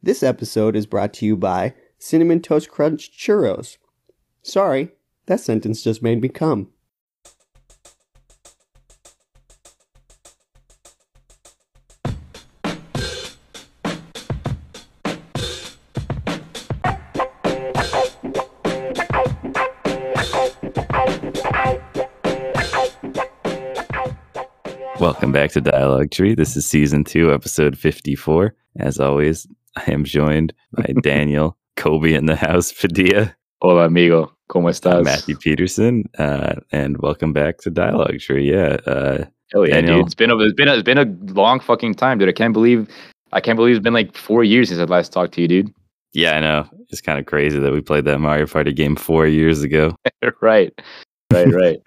This episode is brought to you by Cinnamon Toast Crunch Churros. Sorry, that sentence just made me come. Welcome back to Dialogue Tree. This is season two, episode 54. As always, I am joined by Daniel, Kobe in the house, Padilla, Hola, amigo. ¿Cómo estás? Matthew Peterson, uh, and welcome back to Dialogue Tree. Yeah. Uh, Hell yeah, Daniel. dude. It's been a, it's been a, it's been a long fucking time, dude. I can't believe I can't believe it's been like four years since I last talked to you, dude. yeah, I know. It's kind of crazy that we played that Mario Party game four years ago. right, right, right.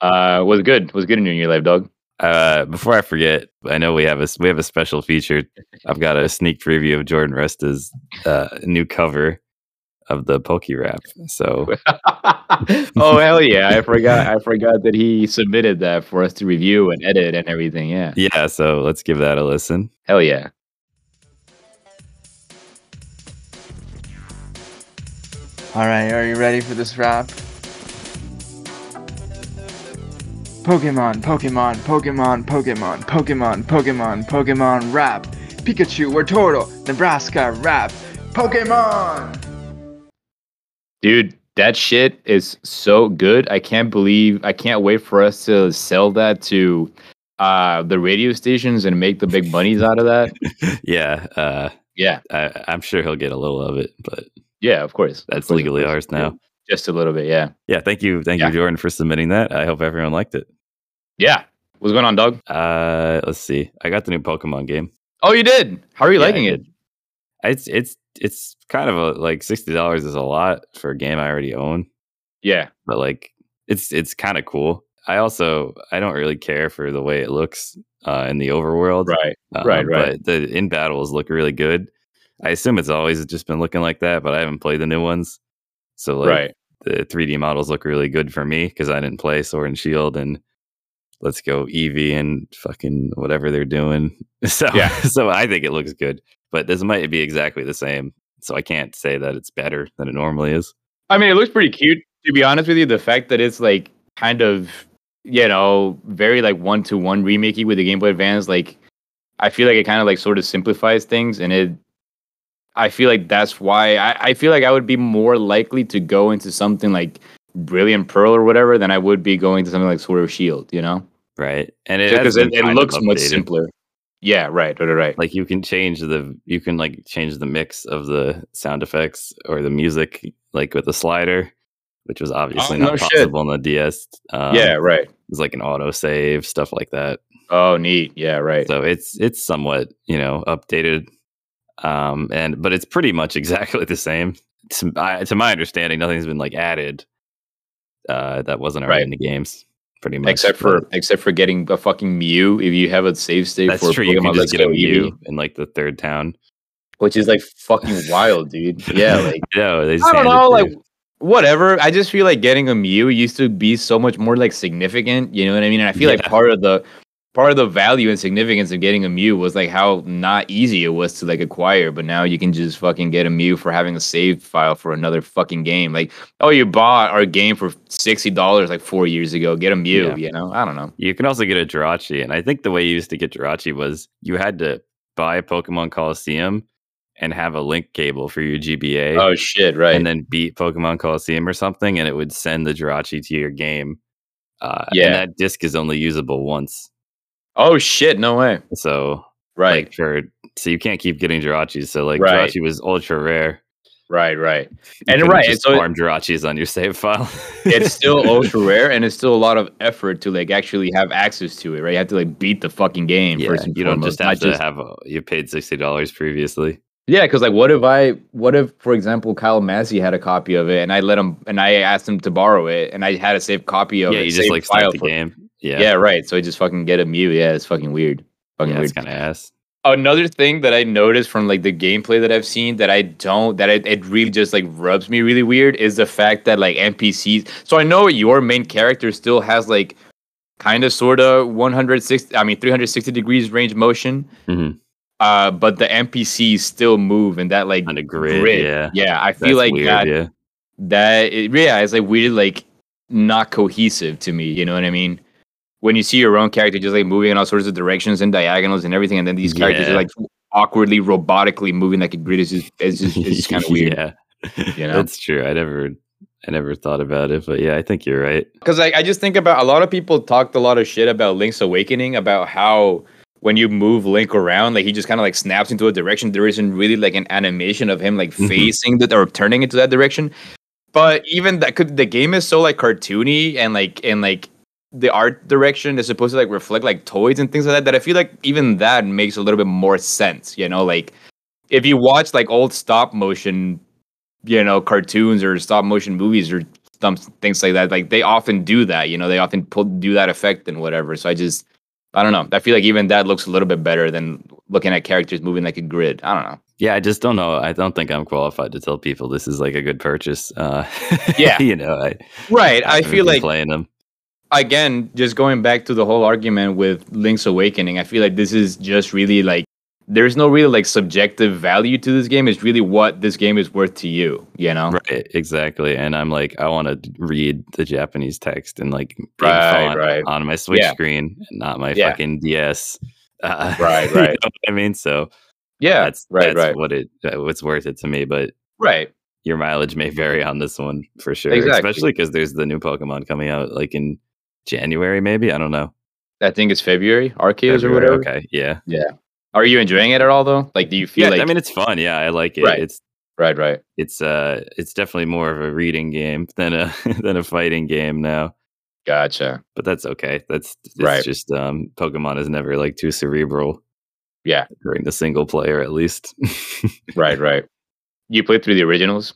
uh, was good. Was good in your life, dog. Uh, before I forget, I know we have a we have a special feature. I've got a sneak preview of Jordan Resta's uh, new cover of the Poke Rap. So oh hell yeah! I forgot. I forgot that he submitted that for us to review and edit and everything. Yeah. yeah, so let's give that a listen. Hell yeah. All right, are you ready for this rap? Pokemon, Pokemon, Pokemon, Pokemon, Pokemon, Pokemon, Pokemon rap. Pikachu, Wartortle, Nebraska rap. Pokemon. Dude, that shit is so good. I can't believe I can't wait for us to sell that to uh the radio stations and make the big bunnies out of that. yeah, uh, Yeah. I, I'm sure he'll get a little of it, but Yeah, of course. that's Of course, of legally course. ours now. Just a little bit, yeah. Yeah, thank you, thank Yeah. you, Jordan, for submitting that. I hope everyone liked it. Yeah. What's going on, dog? Uh, let's see. I got the new Pokemon game. Oh, you did. How are you Yeah, I liking it? did. It's it's it's kind of a like sixty dollars is a lot for a game I already own, Yeah. but like it's it's kind of cool. I also I don't really care for the way it looks uh, in the overworld. Right. Uh, Right, right. But the in battles look really good. I assume it's always just been looking like that, but I haven't played the new ones. So like right. the 3D models look really good for me because I didn't play Sword and Shield and Let's Go Eevee and fucking whatever they're doing. So Yeah. so I think it looks good, but this might be exactly the same. So I can't say that it's better than it normally is. I mean, it looks pretty cute. To be honest with you, the fact that it's like kind of, you know, very like one to one remakey with the Game Boy Advance, like I feel like it kind of like sort of simplifies things, and it. I feel like that's why I, I feel like I would be more likely to go into something like Brilliant Pearl or whatever than I would be going to something like Sword of Shield, you know? Right. And it, has Because it, been it kind of looks much updated. simpler. Yeah, right, right, right, right. Like you can change the you can like change the mix of the sound effects or the music like with the slider, which was obviously Oh, no not shit. possible on the DS. Um, yeah, right. it's like an auto save stuff like that. Oh, neat. Yeah, right. So it's it's somewhat you know updated, um, and but it's pretty much exactly the same. To, I, to my understanding, nothing's been like added uh, that wasn't already Right. in the games. Pretty much, except but for except for getting a fucking Mew if you have a save state that's for true. You can Pokemon just Let's get a Go Eevee, Mew in like the third town. which is like fucking wild, dude. Yeah, like no, they just I don't handed know, you- like whatever. I just feel like getting a Mew used to be so much more like significant. You know what I mean? And I feel like Yeah. part of the part of the value and significance of getting a Mew was like how not easy it was to like acquire. But now you can just fucking get a Mew for having a save file for another fucking game. Like, oh, you bought our game for sixty dollars like four years ago. Get a Mew. Yeah. You know? I don't know. You can also get a Jirachi, and I think the way you used to get Jirachi was you had to buy Pokemon Coliseum and have a link cable for your GBA. Oh shit! Right. and then beat Pokemon Coliseum or something, and it would send the Jirachi to your game. Uh, Yeah. And that disc is only usable once. oh shit! No way. So, Right. like, for, so you can't keep getting Jirachis. So, like, Right. Jirachi was ultra rare. right. Right. You And couldn't right, Just so it- farm Jirachis on your save file. it's still ultra rare and it's still a lot of effort to like actually have access to it, right? You have to like beat the fucking game Yeah, first and you don't foremost, just have not to have a, you paid sixty dollars previously. yeah, because like what if I what if for example Kyle Massey had a copy of it and I let him and I asked him to borrow it and I had a saved copy of yeah, it. you just saved like start the for- game. Yeah, Yeah. right. So I just fucking get a Mew. Yeah, it's fucking weird. Fucking yeah, weird. it's kind of ass. another thing that I noticed from like the gameplay that I've seen that I don't that it, it really just like rubs me really weird is the fact that like NPCs. So I know your main character still has like kind of sort of 160 I mean 360 degrees range motion. Mhm. uh, but the NPCs still move in that like On a grid, yeah. I That's feel like weird, that yeah. that it, yeah, it's like weird, like not cohesive to me. You know what I mean? When you see your own character just like moving in all sorts of directions and diagonals and everything, and then these characters Yeah. are like awkwardly, robotically moving like a grid is just it's just, it's just kind of weird. yeah. you know? That's true. I never I never thought about it, but yeah, I think you're right. Because like I just think about a lot of people talked a lot of shit about Link's Awakening about how when you move Link around, like he just kind of like snaps into a direction. There isn't really like an animation of him like Mhm. facing that or turning into that direction. But even that could the game is so like cartoony and like and like the art direction is supposed to like reflect like toys and things like that. That I feel like even that makes a little bit more sense. You know, like if you watch like old stop motion, you know, cartoons or stop motion movies or some things like that. Like they often do that, you know, they often pull, do that effect and whatever. So I just, I don't know. I feel like even that looks a little bit better than looking at characters moving like a grid. I don't know. Yeah, I just don't know. I don't think I'm qualified to tell people this is like a good purchase. Uh, Yeah. you know, I, Right. I haven't feel been like playing them. again, just going back to the whole argument with Link's Awakening, I feel like this is just really like there's no real like subjective value to this game. It's really what this game is worth to you, you know? Right, exactly. And I'm like, I want to read the Japanese text and like big Right, font right. on my Switch Yeah. screen, not my Yeah. fucking DS. Uh, Right, you know right. what I mean, so Yeah. that's right, that's right. what it uh, what's worth it to me. But Right. your mileage may vary on this one for sure, Exactly. especially because there's the new Pokemon coming out like in January, maybe. I don't know. I think it's February, Arceus or February, whatever. Okay, yeah. Are you enjoying it at all though? Like do you feel Yeah, like I mean it's fun. Yeah, I like it. Right. It's right, right. it's uh it's definitely more of a reading game than a than a fighting game now. Gotcha. but that's okay. That's it's Right. just um Pokemon is never like too cerebral. Yeah. During the single player at least. Right, right. You played through the originals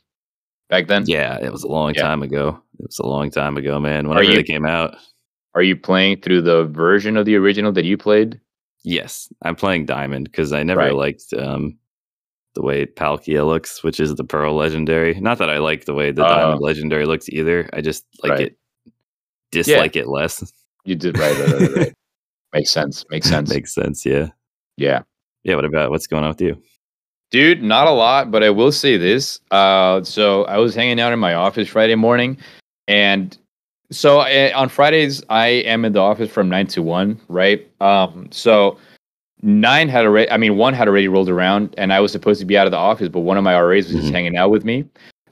back then? yeah, it was a long Yeah. time ago. It was a long time ago, man. Whenever you- they came out. Are you playing through the version of the original that you played? Yes. I'm playing Diamond because I never Right. liked um the way Palkia looks, which is the Pearl legendary. Not that I like the way the Diamond Oh. legendary looks either. I just like Right. it dislike it less. You did right, right, right, right. Makes sense. Makes sense. Makes sense, yeah. yeah. Yeah, what about what's going on with you? Dude, not a lot, but I will say this. Uh, so I was hanging out in my office Friday morning, and so uh, on Fridays I am in the office from nine to one, right? Um, so nine had already, I mean, one had already rolled around, and I was supposed to be out of the office, but one of my RAs was just Mhm. hanging out with me.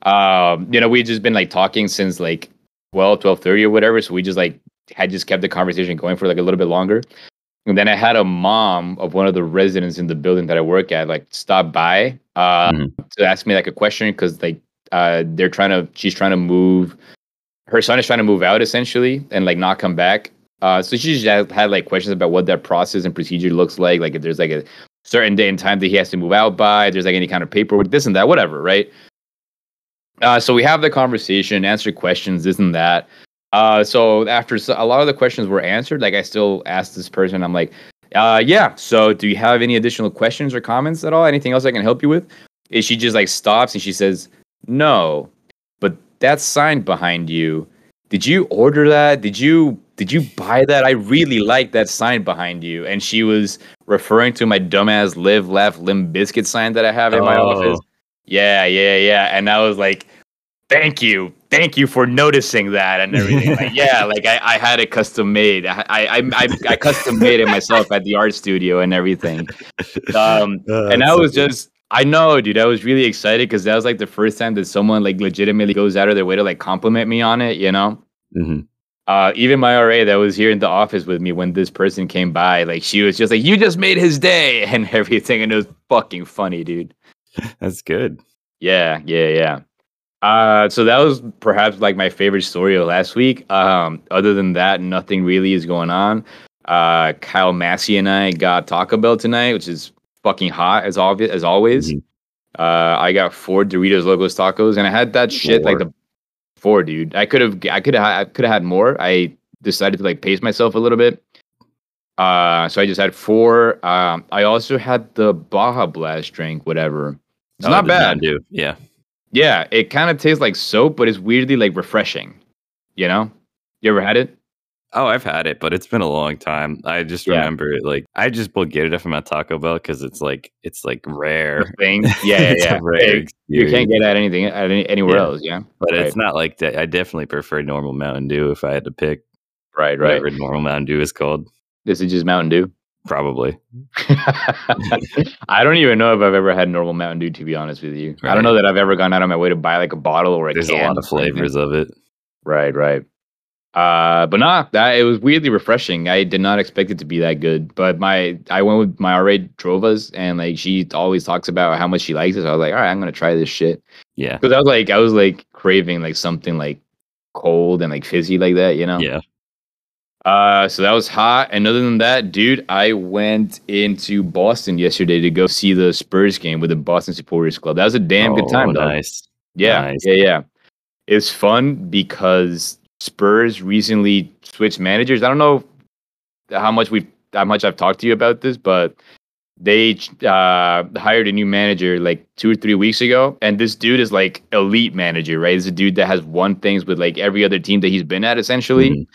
Um, you know, we just been like talking since like 12, 12.30 or whatever, so we just like had just kept the conversation going for like a little bit longer. And then I had a mom of one of the residents in the building that I work at, like stop by uh, Mhm. to ask me like a question because like uh, they're trying to, she's trying to move, her son is trying to move out essentially and like not come back. Uh, so she just had, had like questions about what that process and procedure looks like, like if there's like a certain day and time that he has to move out by, if there's like any kind of paperwork, this and that, whatever, right? Uh, so we have the conversation, answer questions, this and that. Uh, so after s- a lot of the questions were answered, like I still asked this person, I'm like, uh, yeah. So do you have any additional questions or comments at all? Anything else I can help you with? And she just like stops and she says, no, but that sign behind you, did you order that? Did you did you buy that? I really like that sign behind you. And she was referring to my dumbass live, laugh, limb biscuit sign that I have in my Oh. office. Yeah, yeah, yeah. And I was like, thank you thank you for noticing that and everything like yeah like i, I had it custom made I, I I- I i custom made it myself at the art studio and everything um Uh, that's and i so was good. just i know dude i was really excited because that was like the first time that someone like legitimately goes out of their way to like compliment me on it you know Mhm. uh, even my RA that was here in the office with me when this person came by, like she was just like, "You just made his day" and everything, and it was fucking funny, dude. That's good. Yeah, yeah, yeah. Uh, so that was perhaps like my favorite story of last week. Um, other than that, nothing really is going on. Uh, Kyle Massey and I got Taco Bell tonight, which is fucking hot as obvious as always. Mhm. Uh, I got four Doritos Locos Tacos, and I had that shit like Four. the four, dude. I could have, I could have, I could have had more. I decided to like pace myself a little bit. Uh, so I just had four. Um, I also had the Baja Blast drink, whatever. Uh, It's Oh, I not did bad. do. Yeah. Yeah, it kind of tastes like soap, but it's weirdly like refreshing. You know? You ever had it? Oh, I've had it, but it's been a long time. I just Yeah. remember it like I just will get it if I'm at Taco Bell because it's like it's like rare. thing. Yeah, yeah, It's a yeah. rare Hey, you can't experience. get at anything at any, anywhere Yeah. else. Yeah, but it's right. not like that. I definitely prefer normal Mountain Dew if I had to pick right, right. whatever normal Mountain Dew is called. This is just Mountain Dew. Probably. I don't even know if I've ever had normal Mountain Dew. To be honest with you, I Right. don't know that I've ever gone out of my way to buy like a bottle or a There's a can lot of or anything. flavors of it. Right, right. Uh, but nah, that it was weirdly refreshing. I did not expect it to be that good. But my I went with my RA Drovas and like she always talks about how much she likes it. So I was like, all right, I'm gonna try this shit. Yeah. Because I was like I was like craving like something like cold and like fizzy like that, you know? Yeah. Uh, so that was hot. And other than that, dude, I went into Boston yesterday to go see the Spurs game with the Boston Supporters Club. That was a damn Oh, good time, though. Nice. Yeah, Nice. yeah, yeah. It's fun because Spurs recently switched managers. I don't know how much we've how much I've talked to you about this, but they uh, hired a new manager like two or three weeks ago, and this dude is like elite manager, right? He's a dude that has won things with like every other team that he's been at, essentially. Mhm.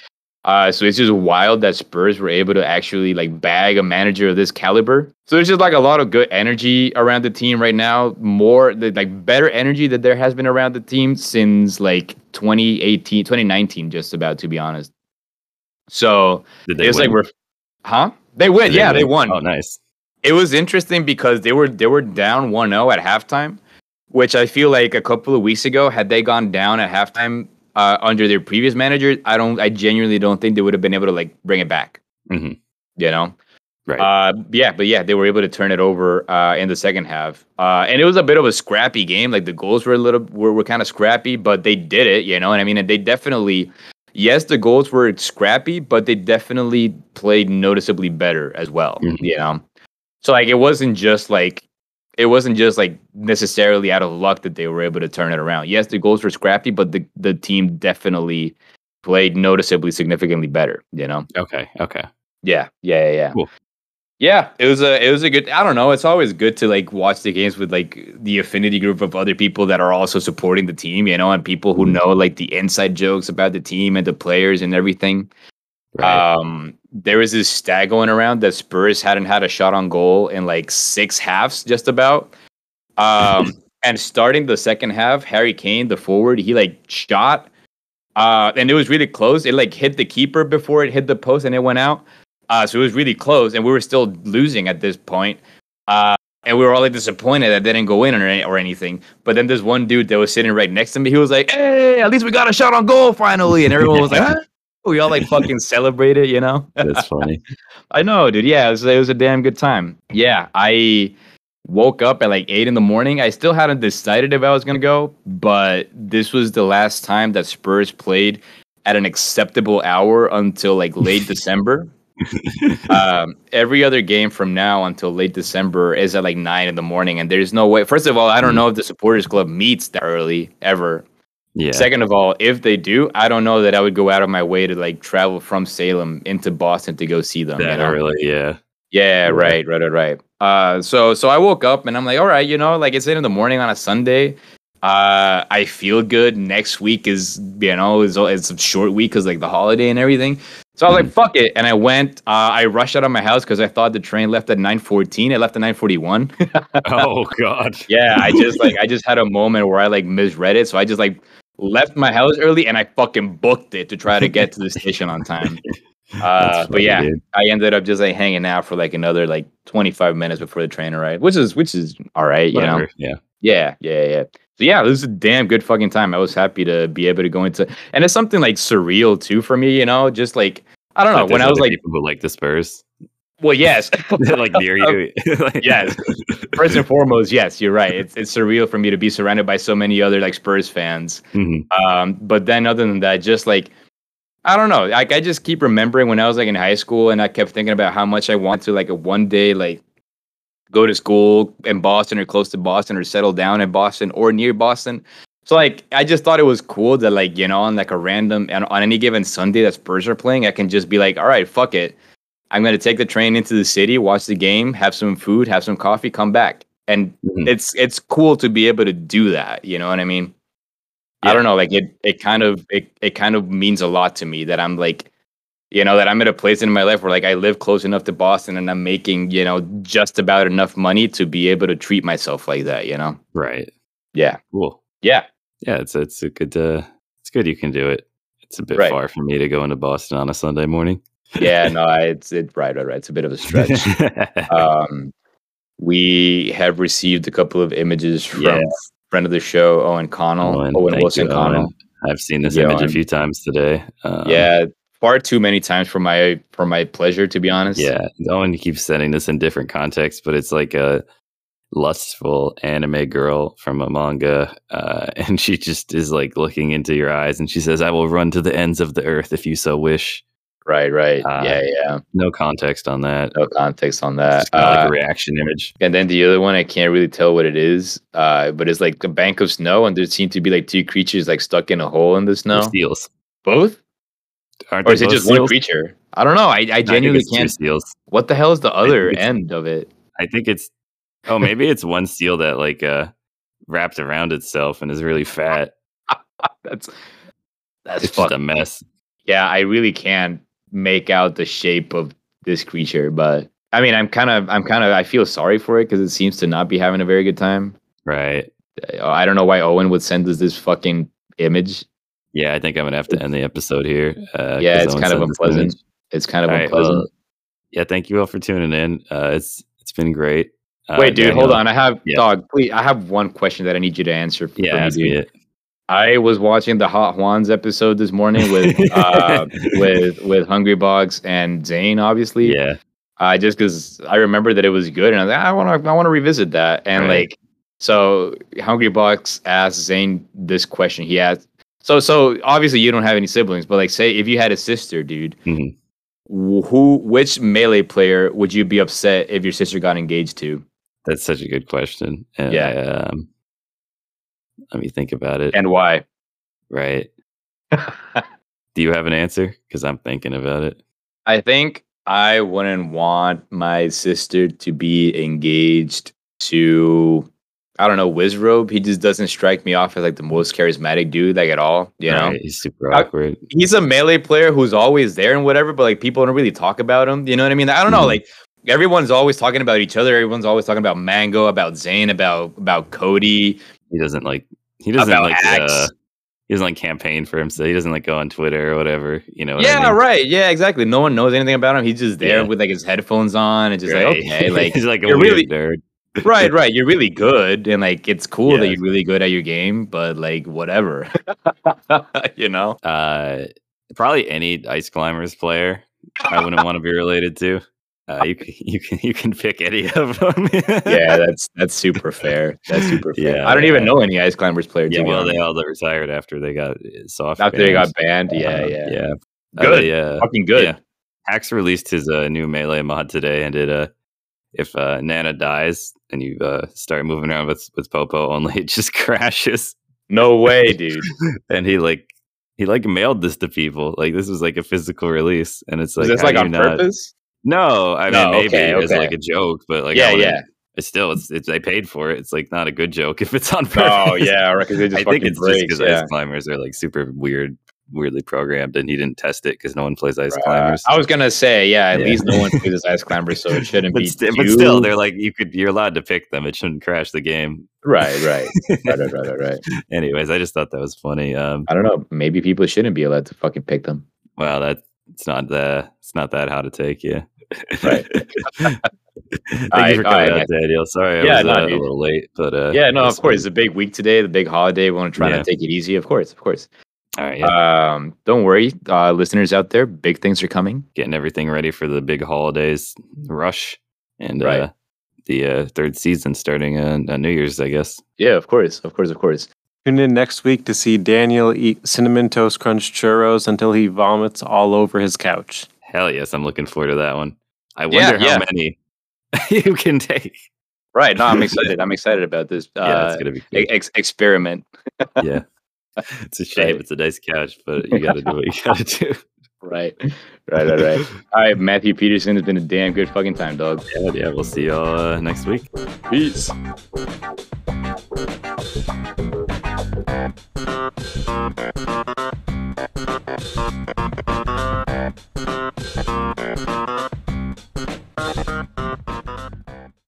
Uh, so it's just wild that Spurs were able to actually like bag a manager of this caliber. So there's just like a lot of good energy around the team right now. More the- like better energy that there has been around the team since like 2018, 2019, just about to be honest. So Did they it's win? like we're, huh? They win. Did yeah, they won Oh, nice. it was interesting because they were they were down 1-0 at halftime, which I feel like a couple of weeks ago, had they gone down at halftime uh, under their previous manager, I don't I genuinely don't think they would have been able to like bring it back. Mhm. You know? Right. Uh, yeah, but yeah, they were able to turn it over uh, in the second half, uh, and it was a bit of a scrappy game. Like the goals were a little were, were kind of scrappy, but they did it, you know. And I mean, and they definitely, yes, the goals were scrappy, but they definitely played noticeably better as well, Mhm. you know. So like, it wasn't just like it wasn't just like necessarily out of luck that they were able to turn it around. Yes, the goals were scrappy, but the the team definitely played noticeably significantly better, you know. okay. Okay. uh, Yeah, yeah, yeah, yeah. Cool. Yeah, it was a it was a good. I don't know. It's always good to like watch the games with like the affinity group of other people that are also supporting the team, you know, and people Mm-hmm. who know like the inside jokes about the team and the players and everything. Right. Um, there was this stat going around that Spurs hadn't had a shot on goal in like six halves, just about. Um, and starting the second half, Harry Kane, the forward, he like shot, uh, and it was really close. It like hit the keeper before it hit the post, and it went out. Uh, so it was really close, and we were still losing at this point. Uh, and we were all like disappointed that they didn't go in or, any- or anything. But then this one dude that was sitting right next to me, he was like, "Hey, at least we got a shot on goal finally!" And everyone was like, "Huh?" We all like fucking celebrated, you know? That's funny. I know, dude. Yeah, it was, it was a damn good time. Yeah, I woke up at like eight in the morning. I still hadn't decided if I was gonna go, but this was the last time that Spurs played at an acceptable hour until like late December. um, every other game from now until late December is at like nine in the morning, and there's no way. First of all, I don't know if the supporters club meets that early ever. Yeah. Second of all, if they do, I don't know that I would go out of my way to like travel from Salem into Boston to go see them. you that know? early. Yeah. Yeah, right, right, right, right. Uh, so so I woke up and I'm like, all right, you know, like it's eight in the morning on a Sunday. Uh, I feel good. Next week is you know is it's a short week because like the holiday and everything. So I was like, fuck it, and I went. Uh, I rushed out of my house because I thought the train left at nine fourteen. It left at nine forty one. Oh God. yeah, I just like I just had a moment where I like misread it, so I just like left my house early and I fucking booked it to try to get to the station on time. That's Uh, but funny, yeah, dude. I ended up just like hanging out for like another like 25 minutes before the train arrived, which is which is all right, you know. Whatever. Yeah. Yeah, yeah, yeah. So yeah, this is a damn good fucking time. I was happy to be able to go into, and it's something like surreal too for me, you know. Just like I don't know But when there's I was other like, people who like the Spurs, well, yes, They're, like near you. Like- Yes. first and foremost, yes, you're right. It's it's surreal for me to be surrounded by so many other like Spurs fans. Mhm. Um, but then other than that, just like I don't know. Like I just keep remembering when I was like in high school and I kept thinking about how much I want to like a one day like go to school in Boston or close to Boston or settle down in Boston or near Boston. So like I just thought it was cool that like, you know, on like a random and on any given Sunday that Spurs are playing, I can just be like, all right, fuck it. I'm gonna take the train into the city, watch the game, have some food, have some coffee, come back. And Mhm. it's it's cool to be able to do that. You know what I mean? I Yeah. don't know. Like it, it kind of it, it kind of means a lot to me that I'm like you know that i'm at a place in my life where like i live close enough to boston and i'm making you know just about enough money to be able to treat myself like that you know Right. yeah Cool. yeah Yeah, it's it's a good uh it's good you can do it. It's a bit Right. far for me to go into Boston on a Sunday morning. yeah no I- it's it right right right it's a bit of a stretch um we have received a couple of images from Yes. friend of the show owen connell Owen, owen, thank wilson you, connell Owen. I've seen this Yeah, image a I'm- few times today. Um, yeah far too many times for my for my pleasure to be honest Yeah, Owen keeps sending this in different contexts, but it's like a lustful anime girl from a manga, uh, and she just is like looking into your eyes, and she says, "I will run to the ends of the earth if you so wish." right right Uh, yeah yeah No context on that. no context on that Just kind of like Uh, a reaction image. and then the other one i can't really tell what it is uh but it's like a bank of snow and there seem to be like two creatures like stuck in a hole in the They're snow seals. both Aren't or they is it both just one seals? creature i don't know i, I I think genuinely it's two can't seals. what the hell is the other it's- end of it I think it's oh maybe it's one seal that like uh wrapped around itself and is really fat. that's It's that's just fucked a mess. yeah, I really can't make out the shape of this creature, but I mean, I'm kind of, I'm kind of, I feel sorry for it because it seems to not be having a very good time. Right. Uh, I don't know why Owen would send us this fucking image. Yeah, I think I'm gonna have to end the episode here. Uh, Mm. Yeah, 'cause it's Owen kind of sent this image. unpleasant. It's kind of All right, well, unpleasant. yeah, thank you all for tuning in. Uh, it's it's been great. Uh, Wait, dude, hold Daniel- on. I have Yeah. dog. Please, I have one question that I need you to answer. For Yeah, me, ask me dude. it. I was watching the Hot Juans episode this morning with uh, with with Hungry Box and Zane, obviously. Yeah, uh, just because I remember that it was good, and I was like, I want to, I want to revisit that. And Right. like, so Hungry Box asked Zane this question. He asked, so, so obviously you don't have any siblings, but like, say if you had a sister, dude, Mhm. wh- who, which melee player would you be upset if your sister got engaged to? that's such a good question. And Yeah. I, um, let me think about it. And why? right? Do you have an answer? Because I'm thinking about it. I think I wouldn't want my sister to be engaged to. I don't know, Wizrobe. He just doesn't strike me off as like the most charismatic dude, like at all. You know, Right, he's super I- awkward. he's a melee player who's always there and whatever, but like people don't really talk about him. You know what I mean? I don't know. Mhm. Like everyone's always talking about each other. Everyone's always talking about Mango, about Zane, about about Cody. He doesn't like. He doesn't About like. Axe. Uh, he doesn't like campaign for himself. He doesn't like go on Twitter or whatever. You know. What yeah, I mean? right. Yeah, exactly. No one knows anything about him. He's just there Yeah. with like his headphones on and just like Right. okay, like he's like a you're weird really- nerd. right, right. You're really good, and like it's cool that Yeah. you're really good at your game, but like whatever, you know. Uh, probably any ice climbers player. I wouldn't want to be related to. Uh, you c- you can you can pick any of them. Yeah, that's that's super fair. That's super fair. Yeah, I don't even yeah. know any ice climbers player. to Yeah, be well, they honest. all retired after they got uh, soft. after they got banned. banned, yeah, Uh, yeah, yeah. Good. Uh, they, uh, fucking good. Yeah. Axe released his uh, new melee mod today, and it uh, if uh, Nana dies and you uh, start moving around with with Popo, only it just crashes. No way, dude. And he like he like mailed this to people. Like this was like a physical release, and it's Is like this how like do on you not- purpose? No, I No, mean maybe okay, it's okay. like a joke, but like I yeah, wanna- yeah. it's still it's, it's they paid for it. It's like not a good joke if it's on purpose. Oh, yeah. Because they just I think fucking it's just breaks. because Yeah. ice climbers are like super weird, weirdly programmed, and he didn't test it because no one plays ice Right. climbers. I was gonna say, yeah. At Yeah. least no one uses ice climbers, so it shouldn't but, be. sti- but still, too- they're like you could you're allowed to pick them. It shouldn't crash the game. right, right, right, right, right, right, right. Anyways, I just thought that was funny. Um, I don't know. Maybe people shouldn't be allowed to fucking pick them. wow, that it's not the it's not that how to take. Yeah, Right. Thank Alright, you for coming alright, out, Daniel. Sorry, Yeah, I was no, uh, a dude. little late, but uh, yeah, no, it of was course. It's fun. a big week today, the big holiday. We want to try Yeah. to take it easy, of course, of course. All right, yeah. Um, don't worry, uh, listeners out there, big things are coming. getting everything ready for the big holidays rush and Right. uh, the uh, third season starting on, on New Year's, I guess. Yeah, of course, of course, of course. Tune in next week to see Daniel eat cinnamon toast crunch churros until he vomits all over his couch. Hell yes, I'm looking forward to that one. I wonder Yeah, how yeah. many you can take. Right. No, I'm excited. I'm excited about this. Uh, yeah, it's gonna be cool. ex- experiment. yeah. It's a shame. Right. It's a nice couch, but you got to do what you got to do. Right. Right, right, right. All right, Matthew Peterson has been a damn good fucking time, dog. Yeah, yeah, we'll see y'all uh, next week. Peace.